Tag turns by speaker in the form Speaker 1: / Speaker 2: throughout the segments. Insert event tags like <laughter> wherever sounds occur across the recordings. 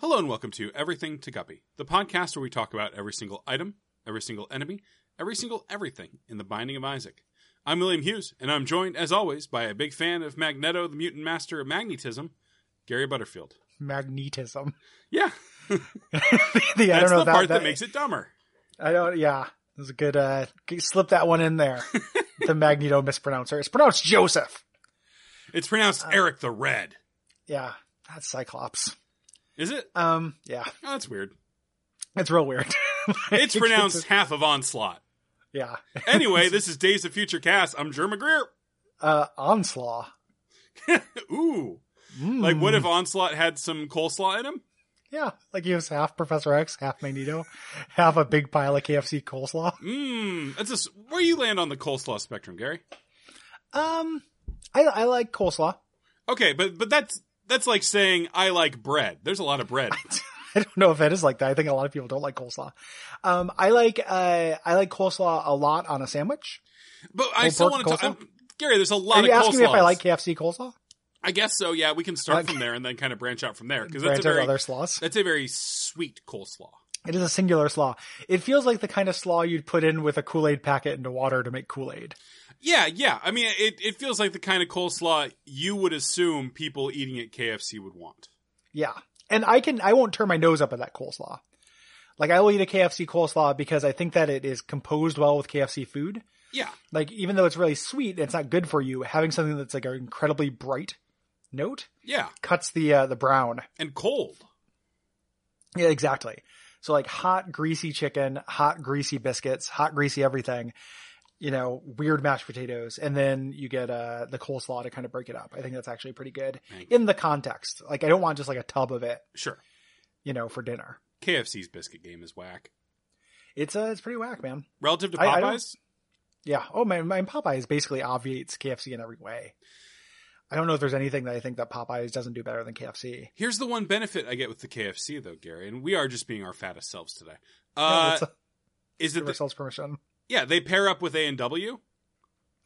Speaker 1: Hello and welcome to Everything to Guppy, the podcast where we talk about every single item, every single enemy, every single everything in the Binding of Isaac. I'm William Hughes, and I'm joined, as always, by a big fan of Magneto, the mutant master of magnetism, Gary Butterfield.
Speaker 2: magnetism. <laughs>
Speaker 1: Yeah,
Speaker 2: Yeah, I
Speaker 1: that's
Speaker 2: don't know
Speaker 1: the part that,
Speaker 2: that
Speaker 1: makes it dumber.
Speaker 2: I don't. Yeah, it was a good. Uh, g- slip that one
Speaker 1: <laughs>
Speaker 2: in there. the Magneto mispronouncer. It's pronounced Joseph.
Speaker 1: It's pronounced
Speaker 2: Uh,
Speaker 1: Eric the Red.
Speaker 2: Yeah, that's Cyclops.
Speaker 1: Is it?
Speaker 2: Um, yeah,
Speaker 1: Oh, that's
Speaker 2: <laughs>
Speaker 1: weird.
Speaker 2: it's real weird. <laughs>
Speaker 1: It's pronounced half of Onslaught.
Speaker 2: yeah,
Speaker 1: Anyway, this is Days of Future Cast. I'm Jer McGreer.
Speaker 2: uh, onslaught.
Speaker 1: Ooh.
Speaker 2: Mm.
Speaker 1: Like, what if Onslaught had some coleslaw in him?
Speaker 2: Yeah, like he was half Professor X, half Magneto, half a big pile of KFC coleslaw.
Speaker 1: Mmm. That's a s where you land on the coleslaw spectrum, Gary.
Speaker 2: Um, I I like coleslaw. <laughs>
Speaker 1: Okay, but but that's that's like saying I like bread. There's a lot of
Speaker 2: <laughs>
Speaker 1: bread.
Speaker 2: I don't know if that is like that. I think a lot of people don't like coleslaw. Um, I like uh, I like coleslaw a lot on a sandwich.
Speaker 1: But I
Speaker 2: Pulled
Speaker 1: still
Speaker 2: pork
Speaker 1: want to
Speaker 2: coleslaw?
Speaker 1: talk. Gary, there's a lot
Speaker 2: Are you
Speaker 1: of
Speaker 2: asking me if I
Speaker 1: coleslaws.
Speaker 2: like KFC coleslaw?
Speaker 1: I guess so. Yeah, we can start
Speaker 2: Okay.
Speaker 1: from there and then kind of branch out from there because that's
Speaker 2: branch
Speaker 1: a
Speaker 2: out
Speaker 1: very
Speaker 2: other slaws.
Speaker 1: that's a very sweet coleslaw.
Speaker 2: It is a singular slaw. It feels like the kind of slaw you'd put in with a Kool Aid packet into water to make Kool Aid.
Speaker 1: Yeah, yeah. I mean, it, it feels like the kind of coleslaw you would assume people eating at KFC would want.
Speaker 2: Yeah, and I can I won't turn my nose up at that coleslaw. Like I will eat a KFC coleslaw because I think that it is composed well with KFC food.
Speaker 1: Yeah,
Speaker 2: Like even though it's really sweet, and it's not good for you. Having something that's like an incredibly bright note
Speaker 1: yeah.
Speaker 2: cuts the uh, the brown.
Speaker 1: And cold.
Speaker 2: Yeah, exactly. So like hot, greasy chicken, hot, greasy biscuits, hot, greasy everything, you know, weird mashed potatoes. And then you get, uh, the coleslaw to kind of break it up. I think that's actually pretty good
Speaker 1: Thank
Speaker 2: in the context. Like I don't want just like a tub of it,
Speaker 1: Sure.
Speaker 2: you know, for dinner.
Speaker 1: KFC's biscuit game is whack.
Speaker 2: It's uh, it's pretty whack, man.
Speaker 1: Relative to
Speaker 2: I- I don't-
Speaker 1: Popeyes,
Speaker 2: Yeah. Oh man, my Popeyes basically obviates KFC in every way. I don't know if there's anything that I think that Popeyes doesn't do better than KFC.
Speaker 1: Here's the one benefit I get with the KFC though, Gary, and we are just being our fattest selves today.
Speaker 2: Yeah,
Speaker 1: Uh,
Speaker 2: that's
Speaker 1: is
Speaker 2: a
Speaker 1: that the,
Speaker 2: results permission.
Speaker 1: yeah they pair up with A and W?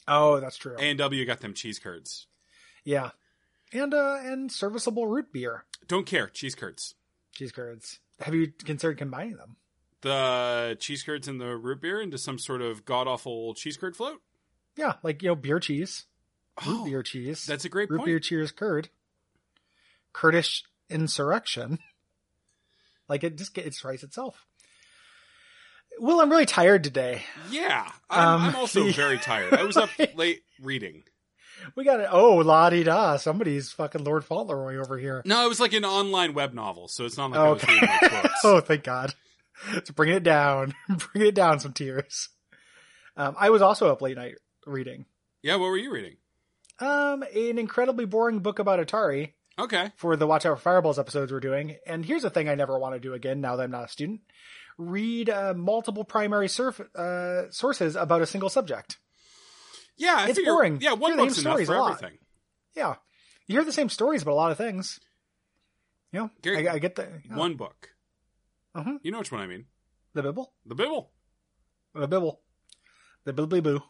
Speaker 2: Oh, that's true.
Speaker 1: A and W got them cheese curds.
Speaker 2: yeah. And uh, and serviceable root beer.
Speaker 1: Don't care cheese curds.
Speaker 2: cheese curds. Have you considered combining them?
Speaker 1: The cheese curds and the root beer into some sort of god awful cheese curd float.
Speaker 2: Yeah, like you know, beer cheese, root
Speaker 1: Oh,
Speaker 2: beer cheese,
Speaker 1: that's a great
Speaker 2: root
Speaker 1: point.
Speaker 2: beer cheers curd, Kurdish insurrection. <laughs> Like it just it writes itself. Well, I'm really tired today.
Speaker 1: Yeah, I'm,
Speaker 2: Um,
Speaker 1: I'm also
Speaker 2: <laughs> the-
Speaker 1: very tired. I
Speaker 2: <laughs>
Speaker 1: was up late reading.
Speaker 2: We got it. Oh, la di da. Somebody's fucking Lord Fauntleroy
Speaker 1: <laughs>
Speaker 2: over here.
Speaker 1: No, it was like an online web novel, so it's not like I was
Speaker 2: Okay.
Speaker 1: reading
Speaker 2: <laughs>
Speaker 1: like books.
Speaker 2: oh, thank God. <laughs> It's bringing it down. <laughs> bringing it down some tears. Um, I was also up late night reading
Speaker 1: Yeah, what were you reading?
Speaker 2: um, an incredibly boring book about Atari.
Speaker 1: Okay,
Speaker 2: for the Watch Out for Fireballs episodes we're doing. And here's a thing I never want to do again now that I'm not a student. Read uh, multiple primary surf, uh, sources about a single subject.
Speaker 1: yeah, I
Speaker 2: It's
Speaker 1: figure-
Speaker 2: boring.
Speaker 1: Yeah, one
Speaker 2: Hear the
Speaker 1: book's
Speaker 2: same
Speaker 1: enough
Speaker 2: stories
Speaker 1: for
Speaker 2: a lot.
Speaker 1: everything.
Speaker 2: Yeah. You hear the same stories about a lot of things. You know,
Speaker 1: Gary,
Speaker 2: I, I get the, yeah.
Speaker 1: One book.
Speaker 2: Uh-huh.
Speaker 1: You know which one I mean?
Speaker 2: the Bibble.
Speaker 1: The Bibble.
Speaker 2: The Bibble. The Bibbly Boo.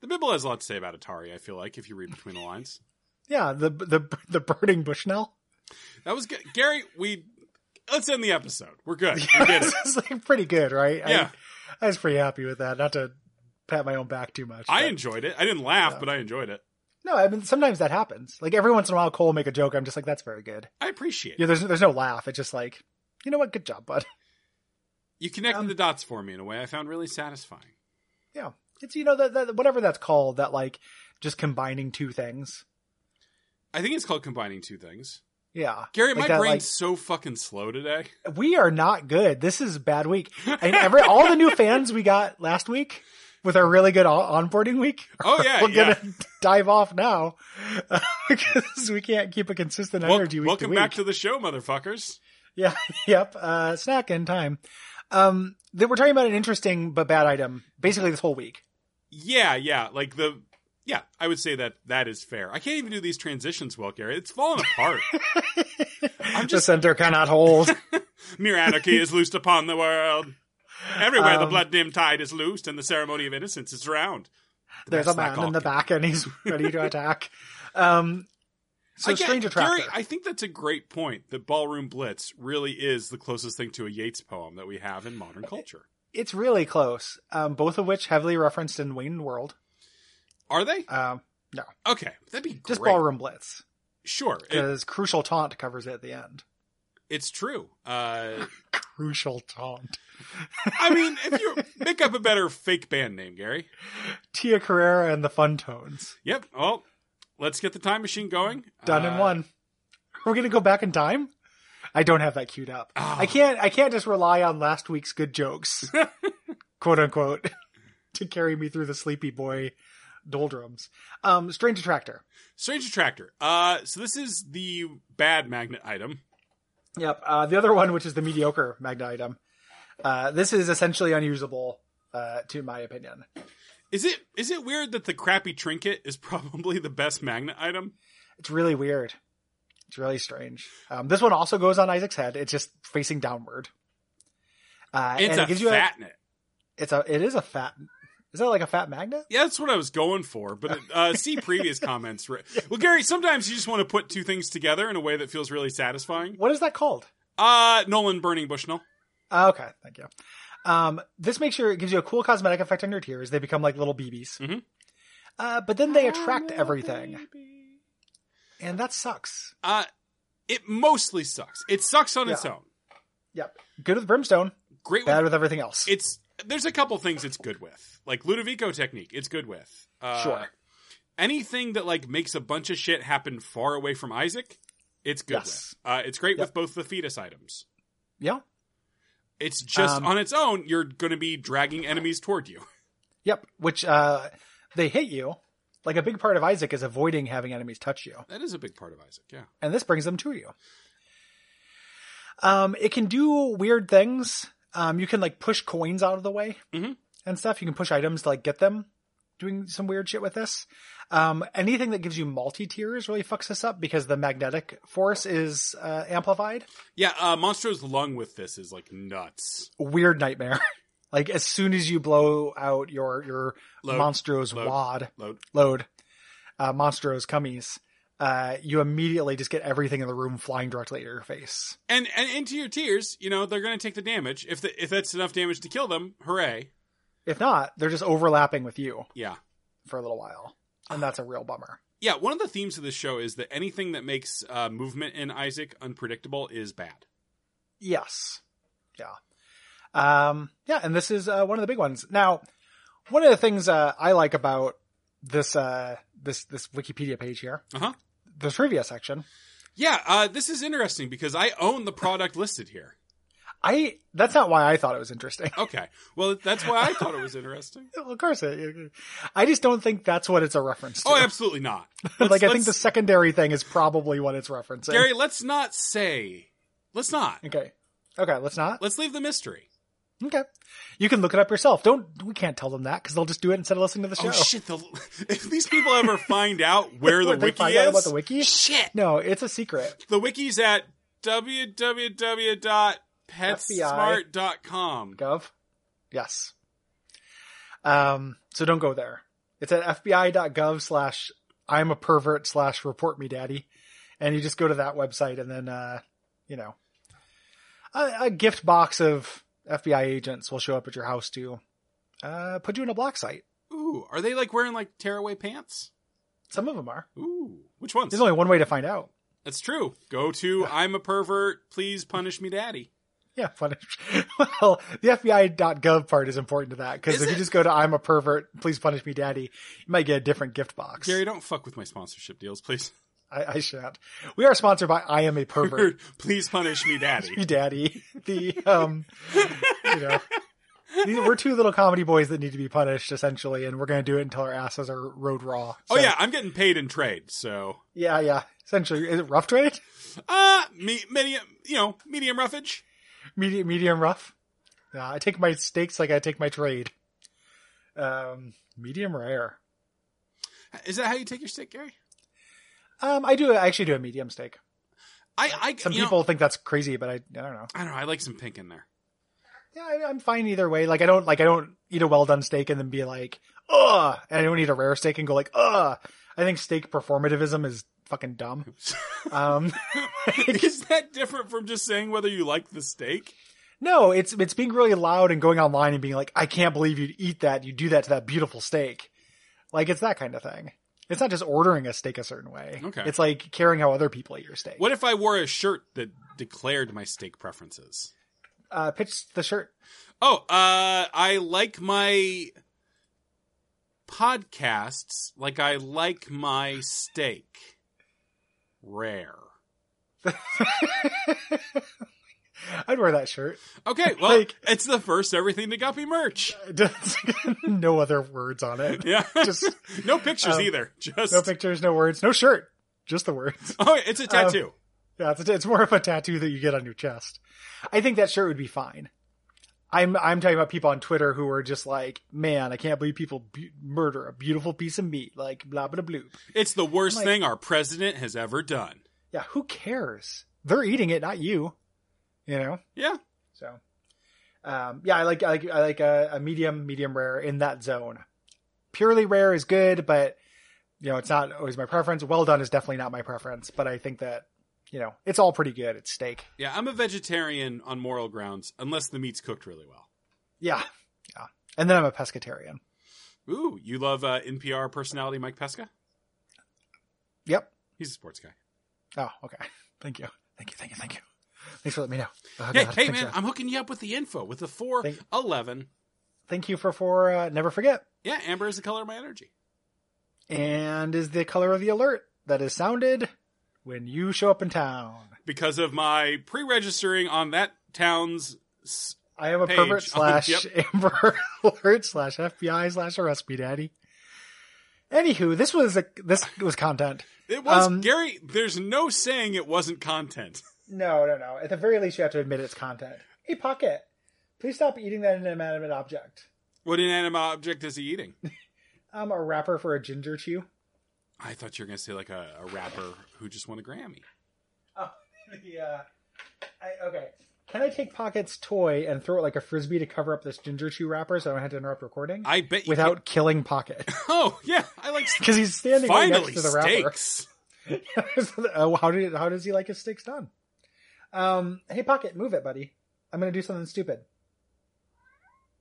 Speaker 1: The Bibble has a lot to say about Atari. I feel like if you read between the lines,
Speaker 2: Yeah, the the the burning Bushnell.
Speaker 1: that was good. Gary, we let's end the episode. We're good.
Speaker 2: <laughs>
Speaker 1: We did it.
Speaker 2: it's like pretty good, right? I-
Speaker 1: Yeah.
Speaker 2: I, was pretty happy with that. Not to pat my own back too much.
Speaker 1: I
Speaker 2: but-
Speaker 1: enjoyed it. I didn't laugh,
Speaker 2: Yeah.
Speaker 1: but I enjoyed it.
Speaker 2: no, I mean sometimes that happens. Like every once in a while, Cole will make a joke. I'm just like, that's very good.
Speaker 1: I appreciate
Speaker 2: Yeah,
Speaker 1: it.
Speaker 2: there's there's no laugh. It's just like, you know what? Good job, bud. <laughs>
Speaker 1: You connected
Speaker 2: Um,
Speaker 1: the dots for me in a way I found really satisfying.
Speaker 2: It's you know that, that whatever that's called, that like just combining two things.
Speaker 1: I think it's called combining two things.
Speaker 2: Yeah,
Speaker 1: Gary,
Speaker 2: Like
Speaker 1: my
Speaker 2: that,
Speaker 1: brain's
Speaker 2: like-
Speaker 1: so fucking slow today.
Speaker 2: we are not good. This is a bad week. And every all the new fans we got last week with our really good on- onboarding week.
Speaker 1: <laughs> Oh <laughs> yeah,
Speaker 2: <laughs> we're
Speaker 1: yeah.
Speaker 2: gonna dive off now <laughs> because we can't keep a consistent
Speaker 1: Wel-
Speaker 2: energy week
Speaker 1: welcome
Speaker 2: to week.
Speaker 1: back to the show, motherfuckers.
Speaker 2: yeah, <laughs> yep. Uh, snack and time. Um, that we're talking about an interesting but bad item basically this whole week.
Speaker 1: Yeah, yeah. Like the yeah, I would say that that is fair. I can't even do these transitions well, Gary. It's falling
Speaker 2: <laughs>
Speaker 1: apart. I'm
Speaker 2: the
Speaker 1: just
Speaker 2: center cannot hold.
Speaker 1: mere anarchy is loosed upon the world. Everywhere the
Speaker 2: Um,
Speaker 1: blood dim tide is loosed and the ceremony of innocence is drowned. The
Speaker 2: there's
Speaker 1: best
Speaker 2: a man
Speaker 1: slack <laughs>
Speaker 2: in the
Speaker 1: off.
Speaker 2: back and he's ready to attack. Um, So
Speaker 1: I get-
Speaker 2: Stranger
Speaker 1: Gary,
Speaker 2: Tractor.
Speaker 1: I think that's a great point. That Ballroom Blitz really is the closest thing to a Yeats poem that we have in modern culture.
Speaker 2: it's really close. Um, both of which heavily referenced in Wayne World.
Speaker 1: Are they?
Speaker 2: Um,
Speaker 1: Okay, that'd be
Speaker 2: just
Speaker 1: great.
Speaker 2: Ballroom Blitz
Speaker 1: Sure, it-
Speaker 2: because Crucial Taunt covers it at the end.
Speaker 1: it's true. Uh,
Speaker 2: Crucial Taunt.
Speaker 1: I mean, if you make up a better fake band name, Gary.
Speaker 2: Tia Carrera and the Fun Tones.
Speaker 1: Yep. Well, let's get the time machine going.
Speaker 2: Done
Speaker 1: Uh,
Speaker 2: in one. We're gonna go back in time. I don't have that queued up.
Speaker 1: ah,
Speaker 2: I can't. I can't just rely on last week's
Speaker 1: <laughs>
Speaker 2: good jokes, quote unquote, <laughs> to carry me through the sleepy boy doldrums. Um, Strange Attractor.
Speaker 1: Strange Attractor. Uh, so this is the bad magnet item.
Speaker 2: Yep. Uh, the other one, which is the mediocre magna item. Uh, this is essentially unusable, uh, to my opinion.
Speaker 1: Is it is it weird that the crappy trinket is <laughs> probably the best magnet item?
Speaker 2: It's really weird. It's really strange. Um, this one also goes on Isaac's head. It's just facing downward. Uh,
Speaker 1: It's
Speaker 2: and
Speaker 1: a
Speaker 2: it gives you
Speaker 1: fat net.
Speaker 2: a, it's a, it is a fat, is that like a fat magna?
Speaker 1: Yeah, that's what I was going for. But
Speaker 2: <laughs>
Speaker 1: uh, see previous comments. Ri- Well, Gary, sometimes you just want to put two things together in a way that feels really satisfying.
Speaker 2: What is that called?
Speaker 1: Uh, Nolan Burning Bushnell.
Speaker 2: Uh, okay. Thank you. Um, this makes sure it gives you a cool cosmetic effect on your tears. They become like little BBs.
Speaker 1: Mhm.
Speaker 2: Uh, but then they attract everything and that sucks.
Speaker 1: Uh, it mostly sucks. It sucks on its
Speaker 2: Yeah.
Speaker 1: own.
Speaker 2: Yep. Good with brimstone,
Speaker 1: Great. With,
Speaker 2: bad with everything else.
Speaker 1: it's there's a couple things it's good with, like Ludovico technique. It's good with. Uh,
Speaker 2: Sure.
Speaker 1: Anything that like makes a bunch of shit happen far away from Isaac, it's good
Speaker 2: Yes.
Speaker 1: with. Uh, it's great
Speaker 2: Yep.
Speaker 1: with both the fetus items.
Speaker 2: Yeah.
Speaker 1: It's just
Speaker 2: Um,
Speaker 1: on its own, you're going to be dragging enemies toward you. <laughs>
Speaker 2: Yep, which uh they hit you. Like a big part of Isaac is avoiding having enemies touch you,
Speaker 1: That is a big part of Isaac. Yeah.
Speaker 2: and this brings them to you. Um it can do weird things. Um you can like push coins out of the way
Speaker 1: Mhm.
Speaker 2: and stuff. You can push items to like get them doing some weird shit with this. Um anything that gives you multi-tiers really fucks this up because the magnetic force is uh amplified.
Speaker 1: Yeah, uh, Monstro's lung with this is like nuts.
Speaker 2: Weird nightmare. <laughs> like as soon as you blow out your your
Speaker 1: Load,
Speaker 2: Monstro's
Speaker 1: load.
Speaker 2: wad,
Speaker 1: Load.
Speaker 2: load uh, Monstro's cummies, uh, you immediately just get everything in the room flying directly at your face.
Speaker 1: And and into your tears, you know, they're going to take the damage. If the, if that's enough damage to kill them, hooray.
Speaker 2: If not, they're just overlapping with you
Speaker 1: Yeah.
Speaker 2: for a little while, and that's a real bummer.
Speaker 1: Yeah, one of the themes of this show is that anything that makes uh, movement in Isaac unpredictable is bad.
Speaker 2: Yes, yeah, um, yeah, and this is uh, one of the big ones. Now, one of the things uh, I like about this uh, this this Wikipedia page here,
Speaker 1: Uh-huh.
Speaker 2: the trivia section,
Speaker 1: Yeah, uh, this is interesting because I own the product listed here.
Speaker 2: I that's not why I thought it was interesting. <laughs>
Speaker 1: Okay. Well, that's why I thought it was <laughs> interesting.
Speaker 2: of course, it, I just don't think that's what it's a reference to.
Speaker 1: Oh, absolutely not.
Speaker 2: <laughs> like I think
Speaker 1: let's-
Speaker 2: the secondary thing is probably what it's referencing.
Speaker 1: Gary, let's not say. Let's not.
Speaker 2: Okay. Okay, let's not.
Speaker 1: Let's leave the mystery.
Speaker 2: Okay. You can look it up yourself. Don't we can't tell them that because they'll just do it instead of listening to the show.
Speaker 1: Oh shit! The, <laughs> if these people ever find
Speaker 2: <laughs>
Speaker 1: out where the
Speaker 2: What, they
Speaker 1: wiki
Speaker 2: find
Speaker 1: is,
Speaker 2: out about the wiki?
Speaker 1: shit.
Speaker 2: No, it's a secret.
Speaker 1: The wiki's at www.petsmart.com.
Speaker 2: Gov. Yes. Um, so don't go there. It's at FBI.gov slash I'm a pervert slash report me daddy. And you just go to that website and then uh you know a, a gift box of FBI agents will show up at your house to uh put you in a black site.
Speaker 1: Ooh, are they like wearing like tearaway pants?
Speaker 2: Some of them are.
Speaker 1: Ooh, which ones?
Speaker 2: There's only one way to find out.
Speaker 1: That's true. Go to I'm a pervert. Please punish me, daddy.
Speaker 2: Yeah, <laughs> funny. Well, the FBI.gov part is important to that because
Speaker 1: Is
Speaker 2: if you
Speaker 1: it?
Speaker 2: just go to I'm a pervert, please punish me, daddy, you might get a different gift box.
Speaker 1: Gary, don't fuck with my sponsorship deals, please.
Speaker 2: I, I shan't. We are sponsored by I am
Speaker 1: <laughs>
Speaker 2: a <laughs> pervert,
Speaker 1: please punish me, daddy.
Speaker 2: <laughs> you daddy. The, um, you know, these- we're two little comedy boys that need to be punished essentially, and we're going to do it until our asses are road raw.
Speaker 1: Oh
Speaker 2: So,
Speaker 1: yeah, I'm getting paid in trade, so
Speaker 2: Yeah, yeah. Essentially, is it rough trade?
Speaker 1: uh, me, medium, you know, medium roughage.
Speaker 2: medium medium rough. Nah, I take my steaks like I take my trade. Um, medium rare.
Speaker 1: Is that how you take your stick, Gary?
Speaker 2: Um, I do I actually do a medium steak.
Speaker 1: I, I
Speaker 2: Some
Speaker 1: you know,
Speaker 2: people think that's crazy, but I, I don't know.
Speaker 1: I don't know. I like some pink in
Speaker 2: <laughs>
Speaker 1: there. <laughs>
Speaker 2: Yeah, I, I'm fine either way. Like I don't like I don't eat a well done steak and then be like, ugh. And I don't eat a rare steak and go like, ugh. I think steak performativism is
Speaker 1: <laughs>
Speaker 2: fucking dumb. Um,
Speaker 1: Is that different from just saying whether you like the steak?
Speaker 2: no, it's it's being really loud and going online and being like, I can't believe you'd eat that. You do that to that beautiful steak. Like it's that kind of thing. It's not just ordering a steak a certain way.
Speaker 1: Okay.
Speaker 2: It's like caring how other people eat your steak.
Speaker 1: What if I wore a shirt that declared my steak preferences?
Speaker 2: Uh, pitch the shirt. <laughs>
Speaker 1: Oh, uh, I like my podcasts like I like my steak. Rare.
Speaker 2: I'd wear that shirt. <laughs>
Speaker 1: Okay, well,
Speaker 2: Like-
Speaker 1: it's the first Everything to Guppy
Speaker 2: <laughs>
Speaker 1: merch.
Speaker 2: no other words on it.
Speaker 1: Yeah.
Speaker 2: Just
Speaker 1: <laughs> no pictures
Speaker 2: um,
Speaker 1: either. Just.
Speaker 2: no pictures, no words, no shirt. Just the words. <laughs>
Speaker 1: oh, it's a tattoo.
Speaker 2: Yeah, it's, it's more of a tattoo that you get on your chest. I think that shirt would be fine. I'm I'm talking about people on Twitter who are just like, man, I can't believe people bu- murder a beautiful piece of meat, like blah blah blah.
Speaker 1: it's the worst
Speaker 2: like-
Speaker 1: thing our president has ever done.
Speaker 2: Yeah, who cares? They're eating it, not you. You know.
Speaker 1: Yeah.
Speaker 2: So, um, yeah, I like I like I like a, a medium, medium rare in that zone. Purely rare is good, but you know it's not always my preference. Well done is definitely not my preference, but I think that you know it's all pretty good. It's steak.
Speaker 1: Yeah, I'm a vegetarian on moral grounds, unless the meat's cooked really well.
Speaker 2: Yeah, yeah. And then I'm a pescatarian.
Speaker 1: Ooh, you love uh, NPR personality Mike Pesca?
Speaker 2: Yep.
Speaker 1: He's a sports guy.
Speaker 2: Oh, okay. Thank you. Thank you. Thank you. Thank you. Thanks for letting me know. Oh,
Speaker 1: Hey,
Speaker 2: God.
Speaker 1: hey
Speaker 2: Thanks,
Speaker 1: man,
Speaker 2: uh,
Speaker 1: I'm hooking you up with the info with the 411.
Speaker 2: Thank you for for uh, never forget.
Speaker 1: Yeah, amber is the color of my energy.
Speaker 2: And is the color of the alert that is sounded when you show up in town.
Speaker 1: Because of my pre registering on that town's. s-
Speaker 2: I am a
Speaker 1: page. <laughs>
Speaker 2: pervert
Speaker 1: Oh,
Speaker 2: slash
Speaker 1: yep.
Speaker 2: Amber <laughs> Alert slash FBI slash Arrest Me Daddy. Anywho, this was a, this was content.
Speaker 1: It was,
Speaker 2: Um,
Speaker 1: Gary, there's no saying it wasn't content. <laughs>
Speaker 2: No, no, no. At the very least, you have to admit it's content. Hey, Pocket, please stop eating that inanimate object.
Speaker 1: What inanimate object is he
Speaker 2: <laughs>
Speaker 1: eating?
Speaker 2: I'm a wrapper for a ginger
Speaker 1: <laughs>
Speaker 2: chew.
Speaker 1: I thought you were going to say like a, a rapper who just won a Grammy.
Speaker 2: Yeah. I, okay. Can I take Pocket's toy and throw it like a frisbee to cover up this ginger chew wrapper so I don't have to interrupt recording?
Speaker 1: I bet you.
Speaker 2: Without killing Pocket.
Speaker 1: <laughs> oh, yeah, I
Speaker 2: <laughs>
Speaker 1: like.
Speaker 2: Because he's standing right
Speaker 1: Finally,
Speaker 2: next to the wrapper.
Speaker 1: steaks. <laughs>
Speaker 2: <laughs> oh, how did how does he like his steaks done? Um, hey, pocket, move it, buddy. I'm gonna do something stupid.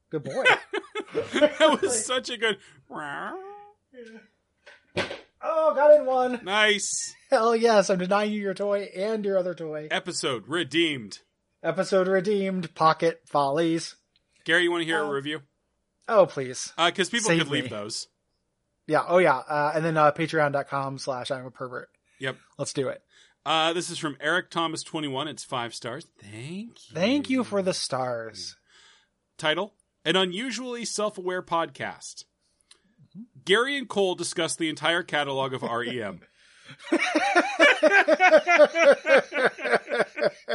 Speaker 2: Good boy.
Speaker 1: <laughs> that was such a good. <laughs>
Speaker 2: oh, got in one.
Speaker 1: Nice
Speaker 2: Hell yes, I'm denying you your toy and your other toy.
Speaker 1: episode redeemed.
Speaker 2: Episode redeemed. Pocket follies.
Speaker 1: Gary, you want to hear
Speaker 2: Uh,
Speaker 1: a review?
Speaker 2: Oh, please.
Speaker 1: Because people
Speaker 2: save
Speaker 1: could leave
Speaker 2: me.
Speaker 1: those.
Speaker 2: Yeah. Oh, yeah. Uh, and then uh, Patreon.com/slash I'm a pervert.
Speaker 1: Yep.
Speaker 2: Let's do it.
Speaker 1: Uh, this is from Eric Thomas twenty one. It's five stars. Thank you.
Speaker 2: Thank you for
Speaker 1: <laughs>
Speaker 2: the stars. <laughs>
Speaker 1: title: An unusually self aware podcast. Gary and Cole discuss the entire catalog of E REM.
Speaker 2: <laughs>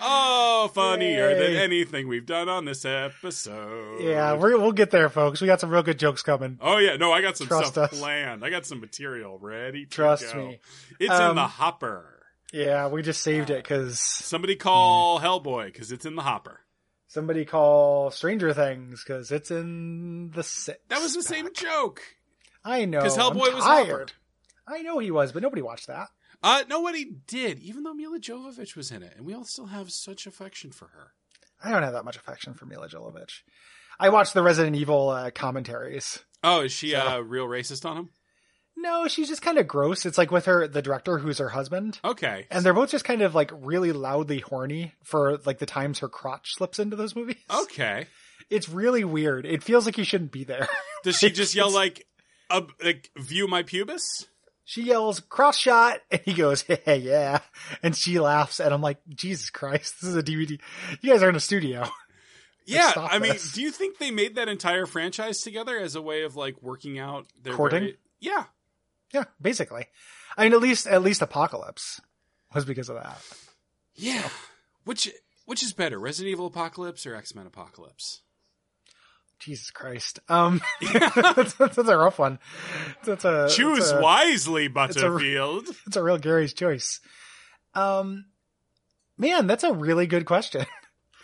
Speaker 1: Oh, funnier than
Speaker 2: Yay.
Speaker 1: anything we've done on this episode.
Speaker 2: yeah, we're, we'll get there, folks. We got some real good jokes coming.
Speaker 1: Oh yeah, no, I got some
Speaker 2: Trust
Speaker 1: stuff
Speaker 2: us.
Speaker 1: planned. I got some material ready. to
Speaker 2: Trust
Speaker 1: go.
Speaker 2: me.
Speaker 1: it's in
Speaker 2: Um,
Speaker 1: the hopper.
Speaker 2: Yeah, we just saved it because
Speaker 1: Somebody call
Speaker 2: Mm.
Speaker 1: Hellboy because it's in the hopper.
Speaker 2: somebody call Stranger Things because it's in the six.
Speaker 1: That was the same joke
Speaker 2: I know.
Speaker 1: because Hellboy
Speaker 2: I'm
Speaker 1: was
Speaker 2: tired.
Speaker 1: tired.
Speaker 2: I know he was, but nobody watched that.
Speaker 1: Uh, nobody did, even though Mila Jovovich was in it, and we all still have such affection for her.
Speaker 2: I don't have that much affection for Mila Jovovich. I watched the Resident Evil uh, commentaries.
Speaker 1: Oh, is she
Speaker 2: So-
Speaker 1: uh, real racist on him?
Speaker 2: No, she's just kind of gross. It's like with her, the director who's her husband,
Speaker 1: Okay.
Speaker 2: and they're both just kind of like really loudly horny for like the times her crotch slips into those movies.
Speaker 1: Okay.
Speaker 2: It's really weird. It feels like he shouldn't be there. <laughs>
Speaker 1: Does she just yell
Speaker 2: It's-
Speaker 1: like, "Ob- like view my pubis?
Speaker 2: she yells cross shot and he goes <laughs> yeah, yeah and she laughs and i'm like jesus christ this is a dvd you guys are in a studio <laughs>
Speaker 1: Yeah,
Speaker 2: stop
Speaker 1: I mean,
Speaker 2: this.
Speaker 1: do you think they made that entire franchise together as a way of like working out their
Speaker 2: Courting? Oh.
Speaker 1: vari- yeah,
Speaker 2: yeah basically i mean at least at least apocalypse was because of that
Speaker 1: yeah. Which which is better, Resident Evil Apocalypse or X Men Apocalypse?
Speaker 2: jesus christ um <laughs> that's, that's a rough one that's a
Speaker 1: Choose
Speaker 2: that's Uh, a,
Speaker 1: wisely,
Speaker 2: it's a-
Speaker 1: Butterfield.
Speaker 2: that's a real gary's choice um man that's a really good question <laughs>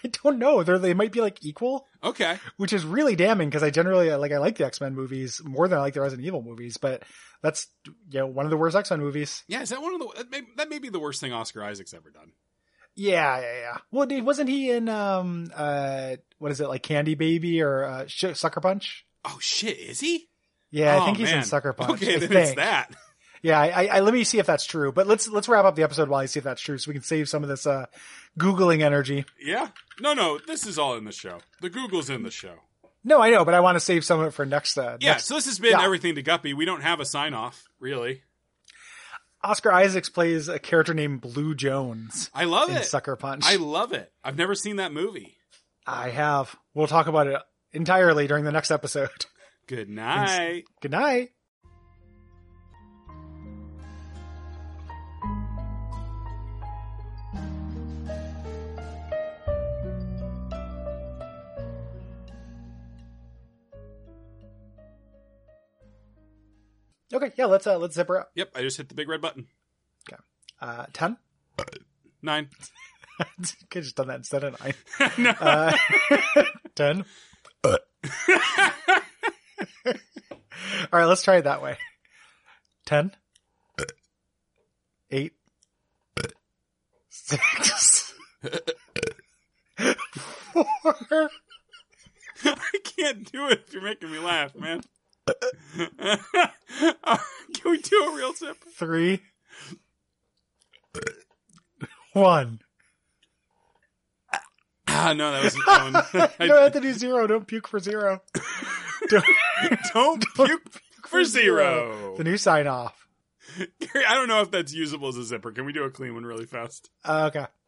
Speaker 2: I don't know. They're, they might be like equal,
Speaker 1: Okay.
Speaker 2: which is really damning because I generally uh, like I like the X Men movies more than I like the Resident Evil movies, but that's you know one of the worst X Men movies.
Speaker 1: Yeah, is that one of the that may, that may be the worst thing Oscar Isaac's ever done?
Speaker 2: Yeah, yeah, yeah. Well, dude, wasn't he in um uh what is it like Candy Baby or uh, Sh- Sucker Punch?
Speaker 1: Oh shit, is he?
Speaker 2: Yeah,
Speaker 1: Oh,
Speaker 2: I think he's
Speaker 1: man.
Speaker 2: in Sucker Punch.
Speaker 1: <laughs> Okay,
Speaker 2: I
Speaker 1: then it's
Speaker 2: think.
Speaker 1: that.
Speaker 2: Yeah, I, I, I let me see if that's true. But let's let's wrap up the episode while I see if that's true, so we can save some of this uh googling energy.
Speaker 1: Yeah. No, no, this is all in the show. The Google's in the show.
Speaker 2: No, I know, but I want to save some of it for next. Uh,
Speaker 1: Yeah,
Speaker 2: next.
Speaker 1: so this has been
Speaker 2: yeah.
Speaker 1: everything to Guppy. We don't have a sign off, really.
Speaker 2: Oscar Isaacs plays a character named Blue Jones
Speaker 1: I love
Speaker 2: in
Speaker 1: it.
Speaker 2: Sucker Punch.
Speaker 1: I love it. I've never seen that movie.
Speaker 2: I have. We'll talk about it entirely during the next episode. <laughs>
Speaker 1: Good night.
Speaker 2: Good night. Okay, yeah, let's uh let's zip her up.
Speaker 1: Yep, I just hit the big red button.
Speaker 2: Uh ten. <laughs>
Speaker 1: Nine. <laughs>
Speaker 2: Could just done that instead of nine.
Speaker 1: no.
Speaker 2: Uh, <laughs> ten. All right, let's try it that way. Ten. Eight. Six. Four.
Speaker 1: I can't do it if you're making me laugh, man. <laughs> Uh, Can we do a real zip?
Speaker 2: Three. One.
Speaker 1: Ah, no, that was
Speaker 2: you
Speaker 1: that one. I-
Speaker 2: don't have to do zero. Don't puke for zero. Don't-
Speaker 1: don't puke for zero.
Speaker 2: The new sign off.
Speaker 1: Gary, I don't know if that's usable as a zipper. Can we do a clean one really fast?
Speaker 2: Uh, okay.